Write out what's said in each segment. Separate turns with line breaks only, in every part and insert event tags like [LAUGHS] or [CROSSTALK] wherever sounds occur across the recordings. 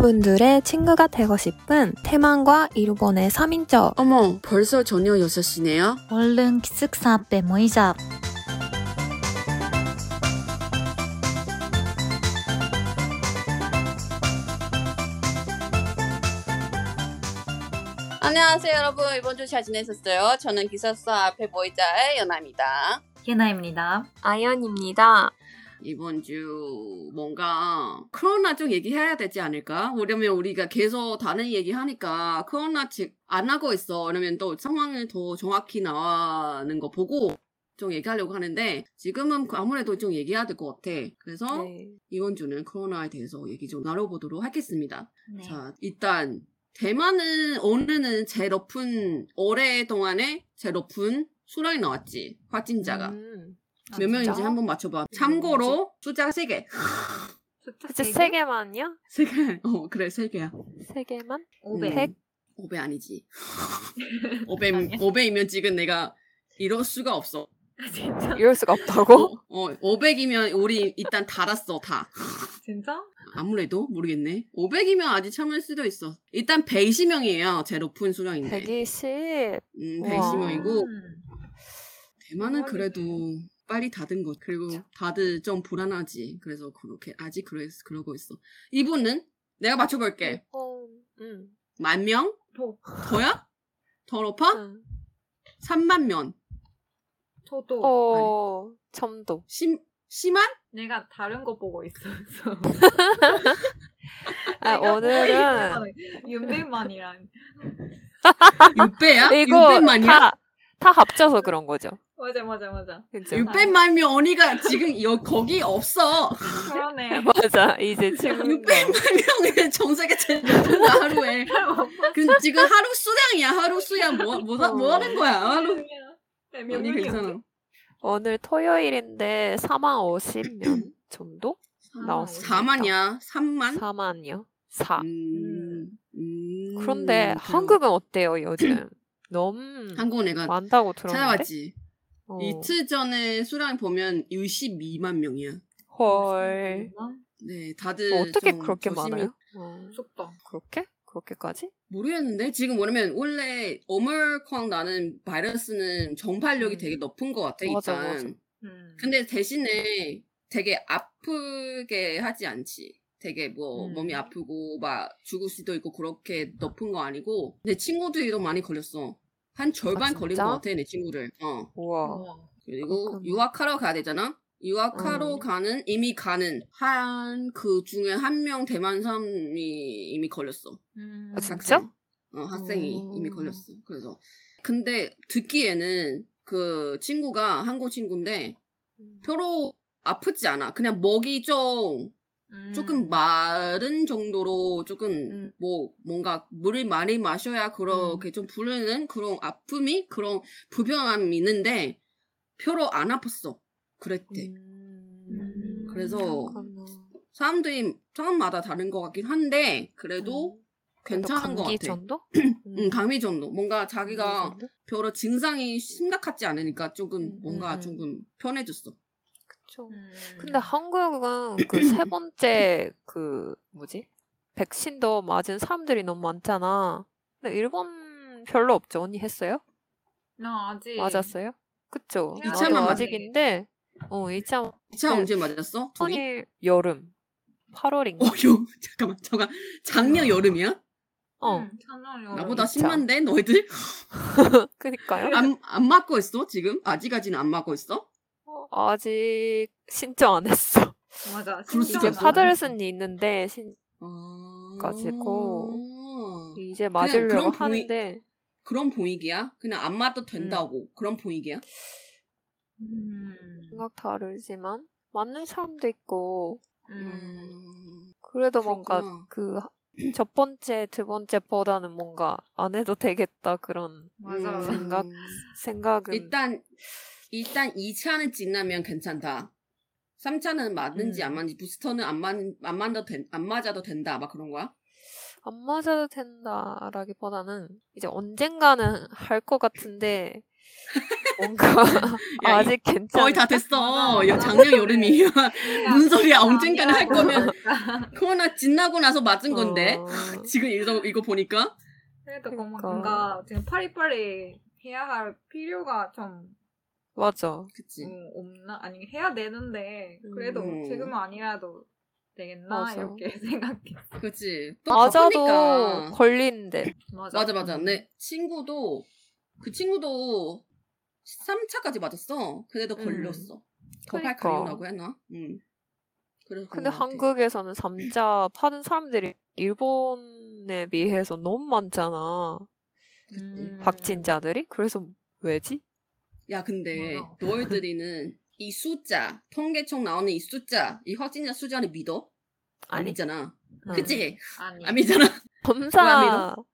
여러분들의 친구가 되고 싶은 태만과 일본의 3인조
어머, 벌써 저녁 6시네요?
얼른 기숙사 앞에 모이자.
안녕하세요, 여러분. 이번 주 잘 지내셨어요? 저는 기숙사 앞에 모이자의 연아입니다.
예나입니다.
아연입니다.
이번 주 뭔가 코로나 쪽 얘기해야 되지 않을까? 왜냐면 우리가 계속 다른 얘기하니까 코로나 즉안 하고 있어. 왜냐면 또 상황을 더 정확히 나와는 거 보고 좀 얘기하려고 하는데 지금은 아무래도 좀 얘기해야 될 것 같아. 그래서
네.
이번 주는 코로나에 대해서 얘기 좀 나눠보도록 하겠습니다.
네.
자, 일단 대만은 오늘은 제일 높은 오랫동안에 제일 높은 수량이 나왔지. 확진자가.
음.
몇 명인지
진짜?
한번 맞춰봐. 참고로 숫자가 세 개. [LAUGHS]
진짜 세 개만요?
세 개. 어, 그래, 세 개야.
세 개만?
500.
음. 5배
[LAUGHS]
아니지. 5배, 5배이면 지금 내가 이럴 수가 없어.
진짜?
이럴 수가 없다고?
어, 500이면 우리 일단 달았어, 다.
진짜?
아무래도 모르겠네. 500이면 아직 참을 수도 있어. 일단 120명이에요. 제 높은 수량인데.
120.
음,
우와.
120명이고.
음.
대만은 그래도 빨리 닫은 것 그리고 다들 좀 불안하지 그래서 그렇게 아직 그러, 그러고 있어 이분은 내가
네.
맞춰볼게
일본. 음.
만 명?
더.
더야? 더 높아?
음.
3만 명
저도
어, 점도.
심, 심한?
내가 다른 거 보고 있었어. [LAUGHS]
아,
내가
오늘은
윤백만이랑
6배야?
네, 이거
600만이야?
다, 다 합쳐서 그런 거죠.
맞아 맞아 맞아.
그죠?
600만이면 언니가 지금 여, 거기 없어
그러네.
맞아. 이제 지금
600만 명의 전 세계 제일 높은 하루에
어.
근데 지금 하루 수량이야 하루 수량 뭐, 뭐,
어.
뭐 하는 거야 하루
네, 몇
언니
명이었지?
괜찮아
오늘 토요일인데 4만 50명 정도?
아,
나왔습니다.
4만이야 3만?
음. 4만이요. 4.
음, 음,
그런데
그래요.
한국은 어때요, 요즘? [CLEARS THROAT] 너무
한국은 내가
많다고 들었는데.
찾아봤지.
어.
이틀 전에 수량 보면 62만 명이야.
헐. 뭐
네, 다들
어떻게
좀
그렇게
조심히-
많아요? 어.
무섭다.
그렇게? 그렇게까지?
모르겠는데 지금 뭐냐면 원래 오멀콩 나는 바이러스는 전파력이
음.
되게 높은 것 같아
맞아,
일단.
맞아.
음.
근데 대신에 되게 아프게 하지 않지. 되게 뭐
음.
몸이 아프고 막 죽을 수도 있고 그렇게 높은 거 아니고 내 친구들도 많이 걸렸어. 한 절반
아,
걸린
진짜?
것 같아 내 친구들. 어.
우와.
어.
그리고
그렇구나.
유학하러 가야 되잖아. 유학하러
음.
가는 이미 가는 한 그 중에 한 명 대만 사람이 이미 걸렸어.
음.
아, 진짜?
학생. 어, 학생이
음.
이미 걸렸어. 그래서 근데 듣기에는 그 친구가 한국 친구인데 별로 아프지 않아. 그냥 목이 좀
음.
조금 마른 정도로 조금
음.
뭐 뭔가 물을 많이 마셔야 그렇게 좀 부르는 그런 아픔이 그런 불편함이 있는데 별로 안 아팠어. 그랬대.
음.
그래서
네. 그렇구나. 어,
사람들이 사람마다 다른 것 같긴 한데 그래도
음.
괜찮은 것
감기 음. [CLEARS THROAT]
같아.
정도? 음,
응, 감기 정도. 뭔가 자기가
정도?
별로 증상이 심각하지 않으니까 조금
음,
뭔가
음, 음.
조금 편해졌어.
그쵸.
음.
근데 한국은 그 [CLEARS THROAT] 세 번째 그 뭐지? 백신도 맞은 사람들이 너무 많잖아. 근데 일본 별로 없죠. 언니 했어요?
나 아직
맞았어요? 그쵸.
이
차만
나도
예. 아, 맞았네.
아직인데, 어, 2차
2차
네. 예.
언제 맞았어? 둘이?
선일 여름. 8월인가?
어, 요, [LAUGHS] 잠깐만, 잠깐. 작년 여름이야?
어,
음, 참나요.
나보다
이차.
심한데 너희들?
그니까요.
안, 안 맞고 있어 지금? 아직까지는 안 맞고 있어?
아직 신청 안 했어.
맞아.
그럴 수도
[LAUGHS] 이제
있구나.
파드레슨이 있는데, 신,
아. 가지고
이제 맞으려고
그런 부위-
하는데,
그런 분위기야? 그냥 안 맞도 된다고 그런 분위기야?
음.
생각 다르지만, 맞는 사람도 있고,
음.
그래도 뭔가
그렇구나.
그, 첫 번째, 두 번째보다는 뭔가 안 해도 되겠다 그런
맞아.
음.
생각, 생각은.
일단 일단 2차는 지나면 괜찮다. 3차는 맞는지
음.
안 맞는지 부스터는 안, 맞, 안, 맞아도 된, 안 맞아도 된다 막 그런 거야?
안 맞아도 된다라기보다는 이제 언젠가는 할 것 같은데 뭔가
[LAUGHS] 야,
아직 괜찮.
거의 다 됐어.
맞아,
야,
맞아.
작년 여름이야.
그러니까
[LAUGHS] 무슨 소리야. 언젠가는
언젠가는
할 거면 [LAUGHS] 코로나 지나고 나서 맞은 건데.
어.
지금 이거, 이거 보니까
그래도 뭔가,
그러니까.
뭔가 지금 파리파리 해야 할 필요가 좀
맞아.
그치.
음, 없나 아니 해야 되는데 그래도
네. 음.
지금은 아니라도 되겠나
맞아.
이렇게 [LAUGHS] 생각해.
그치. 또
맞아도
바쁘니까.
걸리는데.
맞아.
맞아 네. 맞아. 내 친구도 그 친구도 3차까지 맞았어. 그래도
음.
걸렸어. 거팔
그러니까.
가려라고 해나? 응.
근데
그래서 그런 것 같아.
한국에서는 3자 파는 사람들이 일본에 비해서 너무 많잖아.
음.
확진자들이. 그래서 왜지?
야 근데
맞아.
너희들이는 이 숫자 통계청 나오는 이 숫자 이 확진자 숫자를 믿어? 아니잖아.
응.
그치?
아니.
안 믿잖아. 뭐야,
검사.
민호?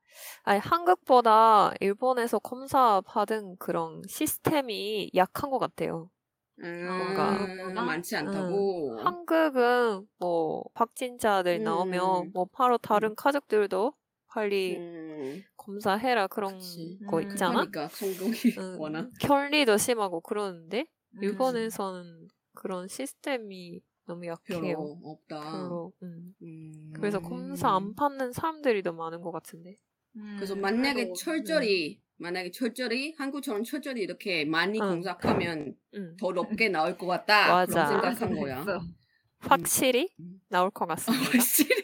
아니 한국보다 일본에서 검사 받은 그런 시스템이 약한 것 같아요.
음,
그러니까.
뭔가.
많지 않다고.
한국은 뭐 확진자들
음.
나오면 뭐 바로 다른 가족들도 빨리
음,
검사해라 그런
그치.
거
음,
있잖아.
그러니까 성공이
응.
워낙.
결리도 심하고 그러는데
음.
일본에서는 그런 시스템이 너무 약해요.
별로 없다.
별로. 음.
음.
그래서 검사 안 받는 사람들이 더 많은 것 같은데.
음,
그래서 만약에
그래도- 음. 네.
철저히 만약에 철저히 한국처럼 철저히 이렇게 많이
응.
공작하면
어. 음.
더 높게 나올 것 같다
맞아.
그런 생각한 거야.
[LAUGHS] 그랬어.
확실히
음.
나올 것
아,
같습니다. [LAUGHS]
확실히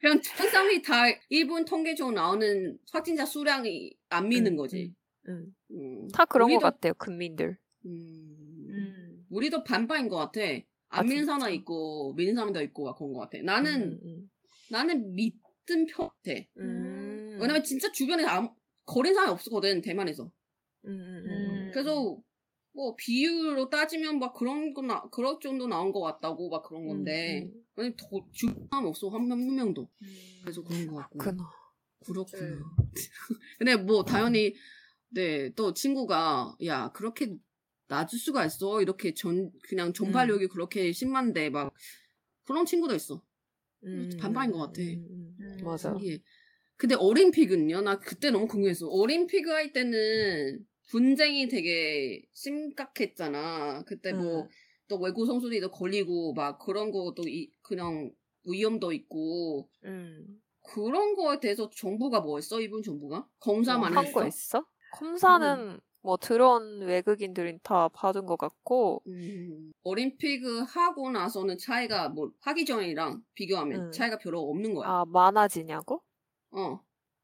그냥 전 사람이 다 일본 통계적으로 나오는 확진자 수량이 안 미는
음,
거지.
음.
음.
다 그런
우리도-
것 같아요. 국민들.
음.
음.
우리도 반반인 것 같아.
아,
안 믿는
진짜?
사람 있고 믿는 사람도 있고 막 그런 것 같아. 나는
음,
나는 믿은 편 같아.
음, 음.
왜냐면 진짜 주변에 아무 거린 사람이 없었거든 대만에서.
음, 음, 음,
음.
그래서 뭐 비율로 따지면 막 그런 거나 그럴 정도 나온 것 같다고 막 그런 건데
음,
아니 더 주변 사람 없어 한명 한 명도 그래서 그런 것 같고
그나.
그렇구나.
네.
[LAUGHS] 근데 뭐 당연히 네 또 친구가 야 그렇게 낮을 수가 있어 이렇게 전 그냥
음.
전파력이 그렇게 심한데 막 그런 친구도 있어. 반반인 것 같아.
음, 음, 음. 맞아.
예. 근데 올림픽은요? 나 그때 너무 궁금했어. 올림픽 할 때는 분쟁이 되게 심각했잖아. 그때 뭐
음.
또 외국 선수들도 걸리고 막 그런 것도 이- 그냥 위험도 있고
음.
그런 거에 대해서 정부가 뭐 했어? 일본 정부가? 검사만
한
했어?
거 있어? 검사는 뭐 들어온 외국인들이 다 받은 것 같고
음, 올림픽 하고 나서는 차이가 뭐 하기 전이랑 비교하면
음.
차이가 별로 없는 거야.
아 많아지냐고?
어.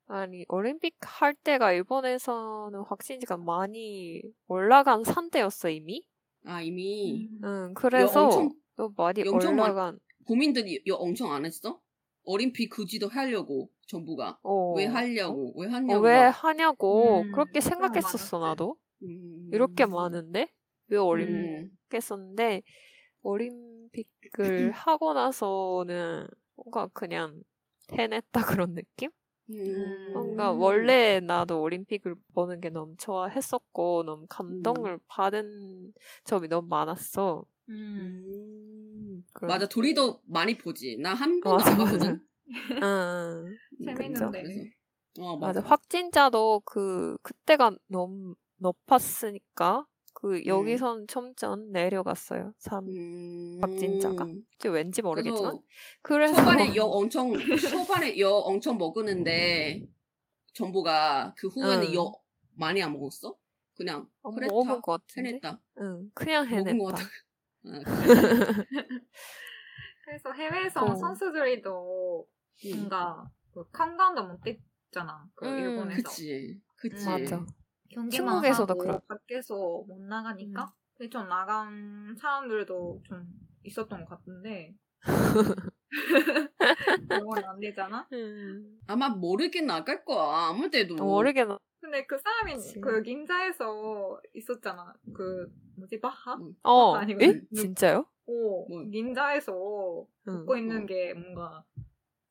아니 올림픽 할 때가 일본에서는 확진자가 많이 올라간 상태였어 이미.
아 이미
음.
응 그래서
엄청-
또 많이
엄청 많-
올라간.
고민들이 여- 엄청 안 했어? 올림픽 그지도 하려고 정부가
어.
왜 하려고 왜
어,
하냐고
왜
막.
하냐고
음,
그렇게
사람
생각했었어
많았지.
나도
음.
이렇게 많은데 왜 올림픽
음.
했었는데
[LAUGHS]
올림픽을 하고 나서는 뭔가 그냥 해냈다 그런 느낌?
음.
뭔가 원래 나도 올림픽을 보는 게 너무 좋아했었고 너무 감동을
음.
받은 점이 너무 많았어.
음.
음.
그런-
맞아 도리도 많이 보지 나 한 번도
맞아,
안
맞아.
봤거든
응, 응.
[LAUGHS] 재밌는데.
그래서. 어
맞아.
맞아,
확진자도 그 그때가 너무 높았으니까 그 여기선 점점 내려갔어요. 참
네. 음.
확진자가. 왠지 모르겠지만
그래서
그래서
[LAUGHS]
뭐
초반에 여 엄청 초반에 여 엄청 먹었는데 정보가 그 후에는
응.
여 많이 안 먹었어 그냥
어,
그랬다
먹은 것 같은데.
해냈다
응, 그냥
먹은
해냈다.
것 같아
[LAUGHS]
아,
그래서 해외에서
어.
선수들이도
음.
뭔가 그 카운트다운도 못했잖아. 그
음,
일본에서
그치, 그치.
맞아.
경기만
중국에서도
하고
그렇-
밖에서 못 나가니까
음.
근데 좀 나간 사람들도 좀 있었던
[LAUGHS]
것 같은데 그건 안 되잖아.
음.
아마 모르게 나갈 거야. 아무 때도.
모르겠나.
뭐
근데 그 사람이
그치.
그 닌자에서 있었잖아. 그 뭐지 바하?
어,
아니고
에?
음.
진짜요?
오
뭐.
닌자에서
응.
웃고 있는 게 뭔가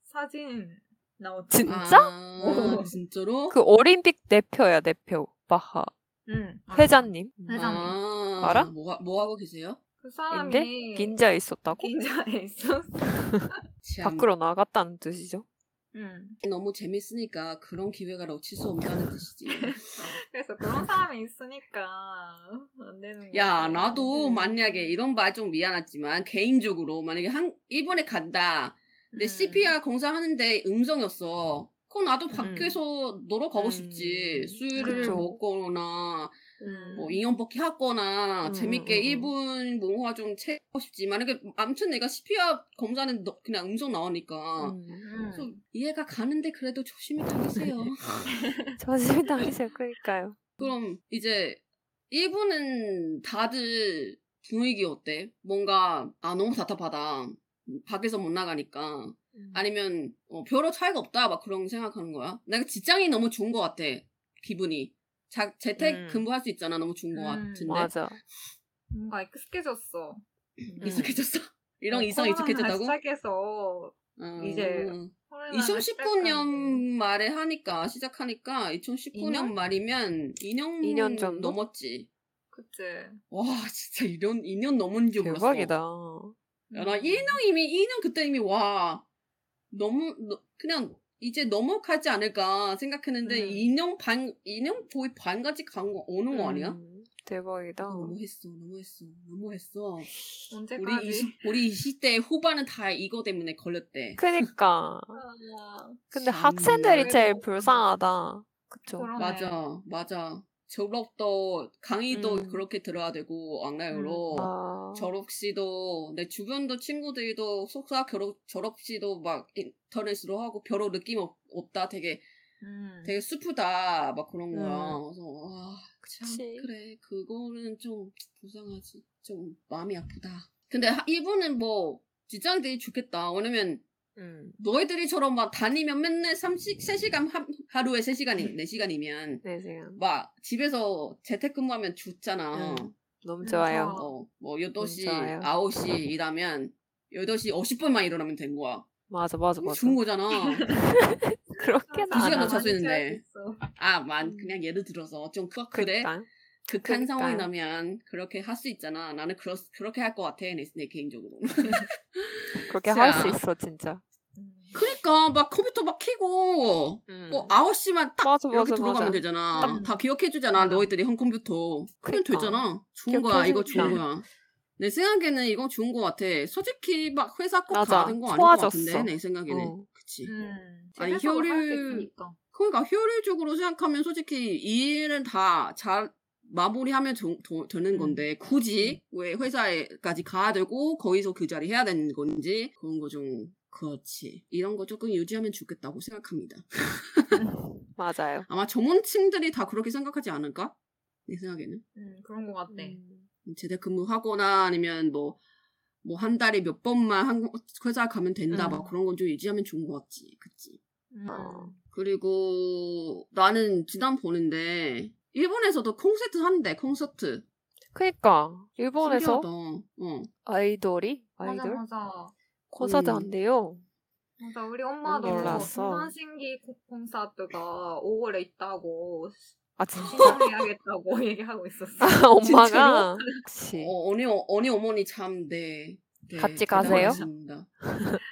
사진 나왔지.
진-
아,
오.
[LAUGHS] 진짜로?
그 올림픽 대표야 대표 바하
응. 맞아.
회장님
회장.
아,
알아?
뭐, 뭐 하고 계세요?
그 사람이
인데 긴자에 있었다고?
긴자에 있었어.
참,
밖으로 나갔다는 뜻이죠.
음.
너무 재밌으니까 그런 기회가 놓칠 수 없다는
[LAUGHS]
뜻이지.
그래서 그런 사람이 있으니까 안 되는 거.
야, 나도 만약에 이런 말 좀 미안하지만 개인적으로 만약에 한 일본에 간다. 근데
음.
음.
CPR 공사하는데 음성이었어. 그럼 나도 밖에서 놀러 가고
음.
싶지. 술을
그쵸.
먹거나
음.
뭐 인형 뽑기 하거나
음,
재밌게
음, 음.
일본 문화 좀 채우고 싶지. 만약에 아무튼 내가 CPR 검사는 너- 그냥 음성 나오니까
[LAUGHS] 음.
음.
좀 이해가 가는데 그래도 조심히 다니세요.
조심히 다니세요. 그러니까요.
[LAUGHS] 그럼 이제 일본은 다들 분위기 어때? 뭔가 아 너무 답답하다. 밖에서 못 나가니까
음.
아니면 어, 별로 차이가 없다 막 그런 생각하는 거야. 내가 직장이 너무 좋은 것 같아 기분이. 자, 재택
음.
근무할 수 있잖아 너무 좋은 것
음,
같은데
맞아.
뭔가 아, 익숙해졌어.
[LAUGHS]
아,
익숙해졌어. 이런 이상
코로나나
익숙해졌다고?
시작해서
어,
이제
음.
코로나나
2019년 말에 하니까 시작하니까 2019년
이년?
말이면 2년,
이년 정도?
넘었지.
그치.
와 진짜 이런 2년 넘은 줄 몰랐어.
대박이다.
야, 나 1년 이미 2년 그때 이미 와 너무 너- 그냥 이제 넘어가지 않을까 생각했는데
음.
2년 반 2년 거의 반까지 간 거 오는 거 아니야? 음.
음, 대박이다.
너무했어, 너무했어, 너무했어. 우리
음. 언제까지?
20, 우리 20대 후반은 다 이거 때문에 걸렸대.
그니까.
[LAUGHS] 아,
근데
참,
학생들이 제일
그래도-
불쌍하다. 그쵸.
그러네.
맞아, 맞아. 졸업도 강의도
음.
그렇게 들어야 되고 온라인으로
아,
졸업시도 내 주변도 친구들도 속사 졸업 졸업시도 막 인터넷으로 하고 별로 느낌 없, 없다 되게
음.
되게 슬프다 막 그런 거야.
음.
그래서 아, 와참
그치.
그래 그거는 좀 불쌍하지 좀 마음이 아프다. 근데 하- 이분은 뭐 직장들이 좋겠다. 왜냐면
음.
너희들이처럼 막 다니면 맨날 30, 3시간 하, 하루에 3시간이 4시간이면
네, 지금.
막 집에서 재택근무하면 좋잖아.
음. 너무
음,
좋아요.
좋아.
어, 뭐 8시,
좋아요.
9시 일하면 8시 50분만 일어나면 된 거야.
맞아, 맞아, 맞아.
좋은
[LAUGHS]
거잖아.
그렇게는
음, 두 시간
안
더
하죠.
자주 했는데.
있어.
아, 만 그냥 예를 들어서 좀 그, 그래
그러니까.
극한
그러니까요.
상황이
음.
나면 그렇게 할 수 있잖아. 나는 그렇, 그렇게 할 것 같아 내, 내 개인적으로.
그렇게
자.
할 수 있어, 진짜.
음.
[LAUGHS] 그러니까 막 컴퓨터 막 켜고
음.
뭐 9시만 딱
맞아,
이렇게
맞아,
들어가면
맞아.
되잖아.
딱.
다 기억해 주잖아.
맞아.
너희들이 한 컴퓨터. 그럼
그러니까.
되잖아. 좋은 거야.
기억해주니까.
이거 좋은 거야. 내 생각에는 이거 좋은 거 같아. 솔직히 막 회사 꼭
맞아.
가야 된거 아닌 것
좋아졌어.
같은데 내 생각에는.
어.
그치.
음.
아니,
집에서 할수
효율-
있으니까.
그러니까 효율적으로 생각하면 솔직히 이 일은 다 잘 마무리하면 조- 도- 되는
음.
건데 굳이 왜 회사에까지 가야 되고 거기서 그 자리 해야 되는 건지 그런 거 좀 그렇지 이런 거 조금 유지하면 좋겠다고 생각합니다.
맞아요.
아마 전문층들이 다 그렇게 생각하지 않을까? 내 생각에는
음, 그런 거 같아.
네.
음.
재택근무하거나 아니면 뭐 뭐 한 달에 몇 번만 한 회사 가면 된다
음.
막 그런 건 좀 유지하면 좋은 것 같지, 그치?
음.
어.
그리고 나는 지난 보는데 일본에서도 콘서트 한대 콘서트
그니까. 일본에서
신기하다. 어.
아이돌이?
맞아,
아이돌?
맞아.
콘서트
음.
한대요.
맞아, 우리 엄마도
몰랐어.
동방신기 콘- 콘서트가 5월에
[LAUGHS]
있다고
아, 진짜?
신청해야겠다고 [LAUGHS] 얘기하고 있었어.
엄마가? 혹시.
어 언니 어, 언니 어머니 참네 네,
같이 가세요?
대단하십니다.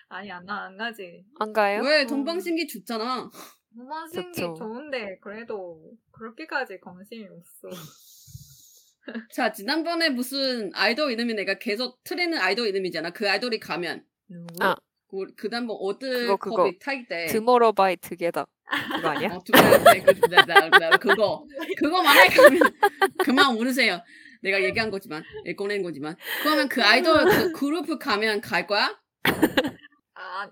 아니, 안, 가- 안 가지.
안 가요?
왜 동방신기 좋잖아. [LAUGHS]
동방신기
그쵸.
좋은데, 그래도 그렇게까지 관심이
[LAUGHS]
없어.
자 지난번에 무슨 아이돌 이름이 내가 계속 틀리는 아이돌 이름이잖아. 그 아이돌이 가면
누구?
아,
그- 그다음 뭐 어드
그거, 그거.
코빅 탈때
드모로 바이 두게더. 그거 아니야?
어, 두 번째 그- 나- 나- 나- 그거 그거 만약에 그러면 [LAUGHS] 그만 울으세요. 내가 얘기한 거지만 예, 꺼낸 거지만 그러면 그 아이돌
음.
그 그룹 가면 갈 거야?
아,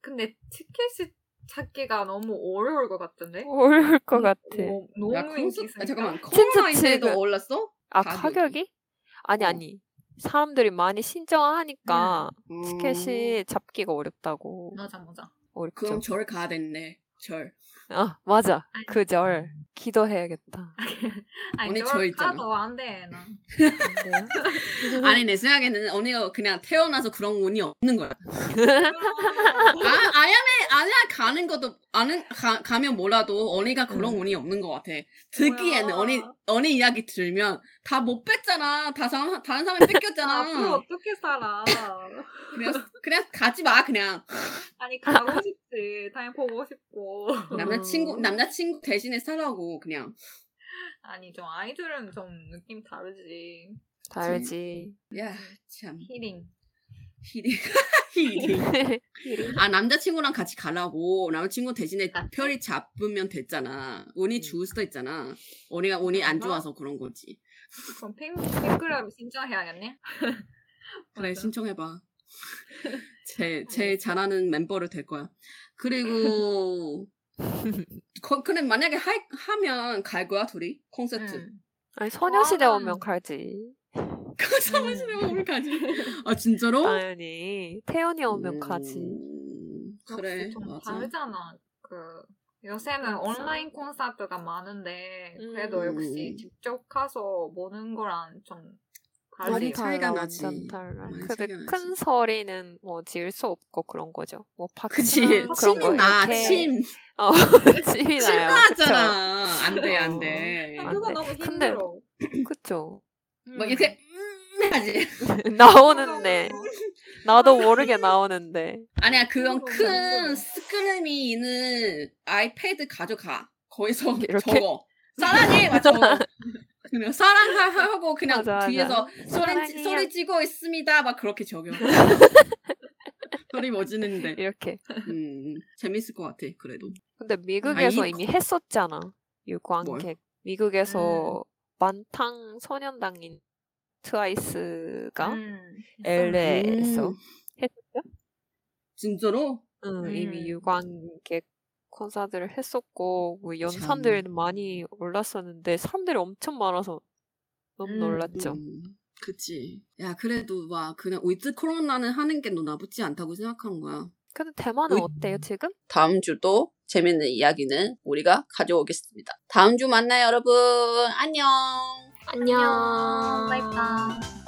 근데 티켓이 찾기가 너무 어려울 것 같던데?
어려울 것 같아.
뭐, 너무
음, 야 콘서트
인기
아,
있으니까.
잠깐만
진짜
코로나인데도
지금-
올랐어?
아,
가격이?
가격이? 아니,
어.
아니. 사람들이 많이 신청하니까
음,
티켓이 잡기가 어렵다고.
맞아, 맞아.
어렵죠.
그럼 절 가야 됐네. 절.
아, 맞아.
아니.
그 절. 기도해야겠다.
언니
아니,
저
저걸
있잖아.
파도 안 돼,
[LAUGHS]
나.
아니 내 생각에는 언니가 그냥 태어나서 그런 운이 없는 거야. 아 아야네 아야 가는 것도 아는 가, 가면 뭐라도 언니가 그런 운이 없는 것 같아. 듣기에는
뭐야.
언니 언니 이야기 들으면 다 못 뺐잖아. 다 사, 다른 사람이
앞으로
뺏겼잖아.
어떻게 살아?
그냥 그냥 가지 마 그냥
아니 가고 싶지. 당연히 보고 싶고.
남자친구 남자친구 대신에 살라고 그냥
아니 좀 아이돌은 좀 느낌 다르지.
달지.
야참
힐링.
히딩 [LAUGHS] 히딩 아 남자친구랑 같이 가라고 남자친구 대신에
아.
별이 잡으면 됐잖아 운이
음.
좋을 수도 있잖아 언니가 운이 안
아하.
좋아서 그런 거지
그럼 핑 핑크랩 신청해야겠네.
그래
맞아.
[LAUGHS]
신청해봐 제, 제 잘하는 멤버를 될 거야
[LAUGHS]
그리고 거, 근데 만약에 하, 하면 갈 거야 둘이 콘서트 [LAUGHS]
응.
[LAUGHS] 아니 소녀시대
나는-
오면 갈지.
그 사무실에
[LAUGHS]
오면 가지 아 진짜로?
당연히 태연이 오면
음,
어, 가지.
그래
역시 좀
맞아
다르잖아. 그 요새는
맞아.
온라인 콘서트가 많은데 그래도
음.
역시 직접 가서 보는 거랑 좀
많이
다르지.
다- 차이가 나지.
아, 완전 달라.
많이
근데
차이가 나지.
큰 소리는 뭐 지을 수 없고 그런 거죠. 뭐
그치
박수나 그런 거
침이
이렇게.
나침
어, [LAUGHS] 침이 나요.
신나잖아. 안 돼, 안 돼.
아,
안
그거
돼.
너무
근데-
힘들어.
그쵸.
막 이렇게 음 하지.
그쵸. [LAUGHS] 나오는데 네. 나도 모르게 나오는데.
아니야, 그런
그거 너무
큰
힘들어.
스크린이 있는 아이패드 가져가. 거기서
[LAUGHS] 이렇게?
적어. 사랑해, 막 적어. 그냥 사랑하고 그냥
맞아, 맞아.
뒤에서 소리
사랑해요.
소리 지고 있습니다. 막
[LAUGHS]
그렇게 적여. 소리 멋지는데.
이렇게.
음, 재밌을 것 같아. 그래도.
근데 미국에서
이-
이미 했었잖아.
뭘? 음.
유관객. 미국에서 만탕 소년단인 트와이스가
음.
LA에서
음.
했었죠?
진짜로?
응,
음.
이미 유관객 콘서트를 했었고 뭐 연산들 많이 올랐었는데 사람들이 엄청 많아서 너무
음.
놀랐죠.
음, 그치. 야, 그래도 막 그냥 위드 코로나는 하는 게 너 나쁘지 않다고 생각하는 거야.
근데 대만은
으이.
어때요 지금?
다음 주도 재밌는 이야기는 우리가 가져오겠습니다. 다음 주 만나요, 여러분. 안녕.
안녕. 바이바이.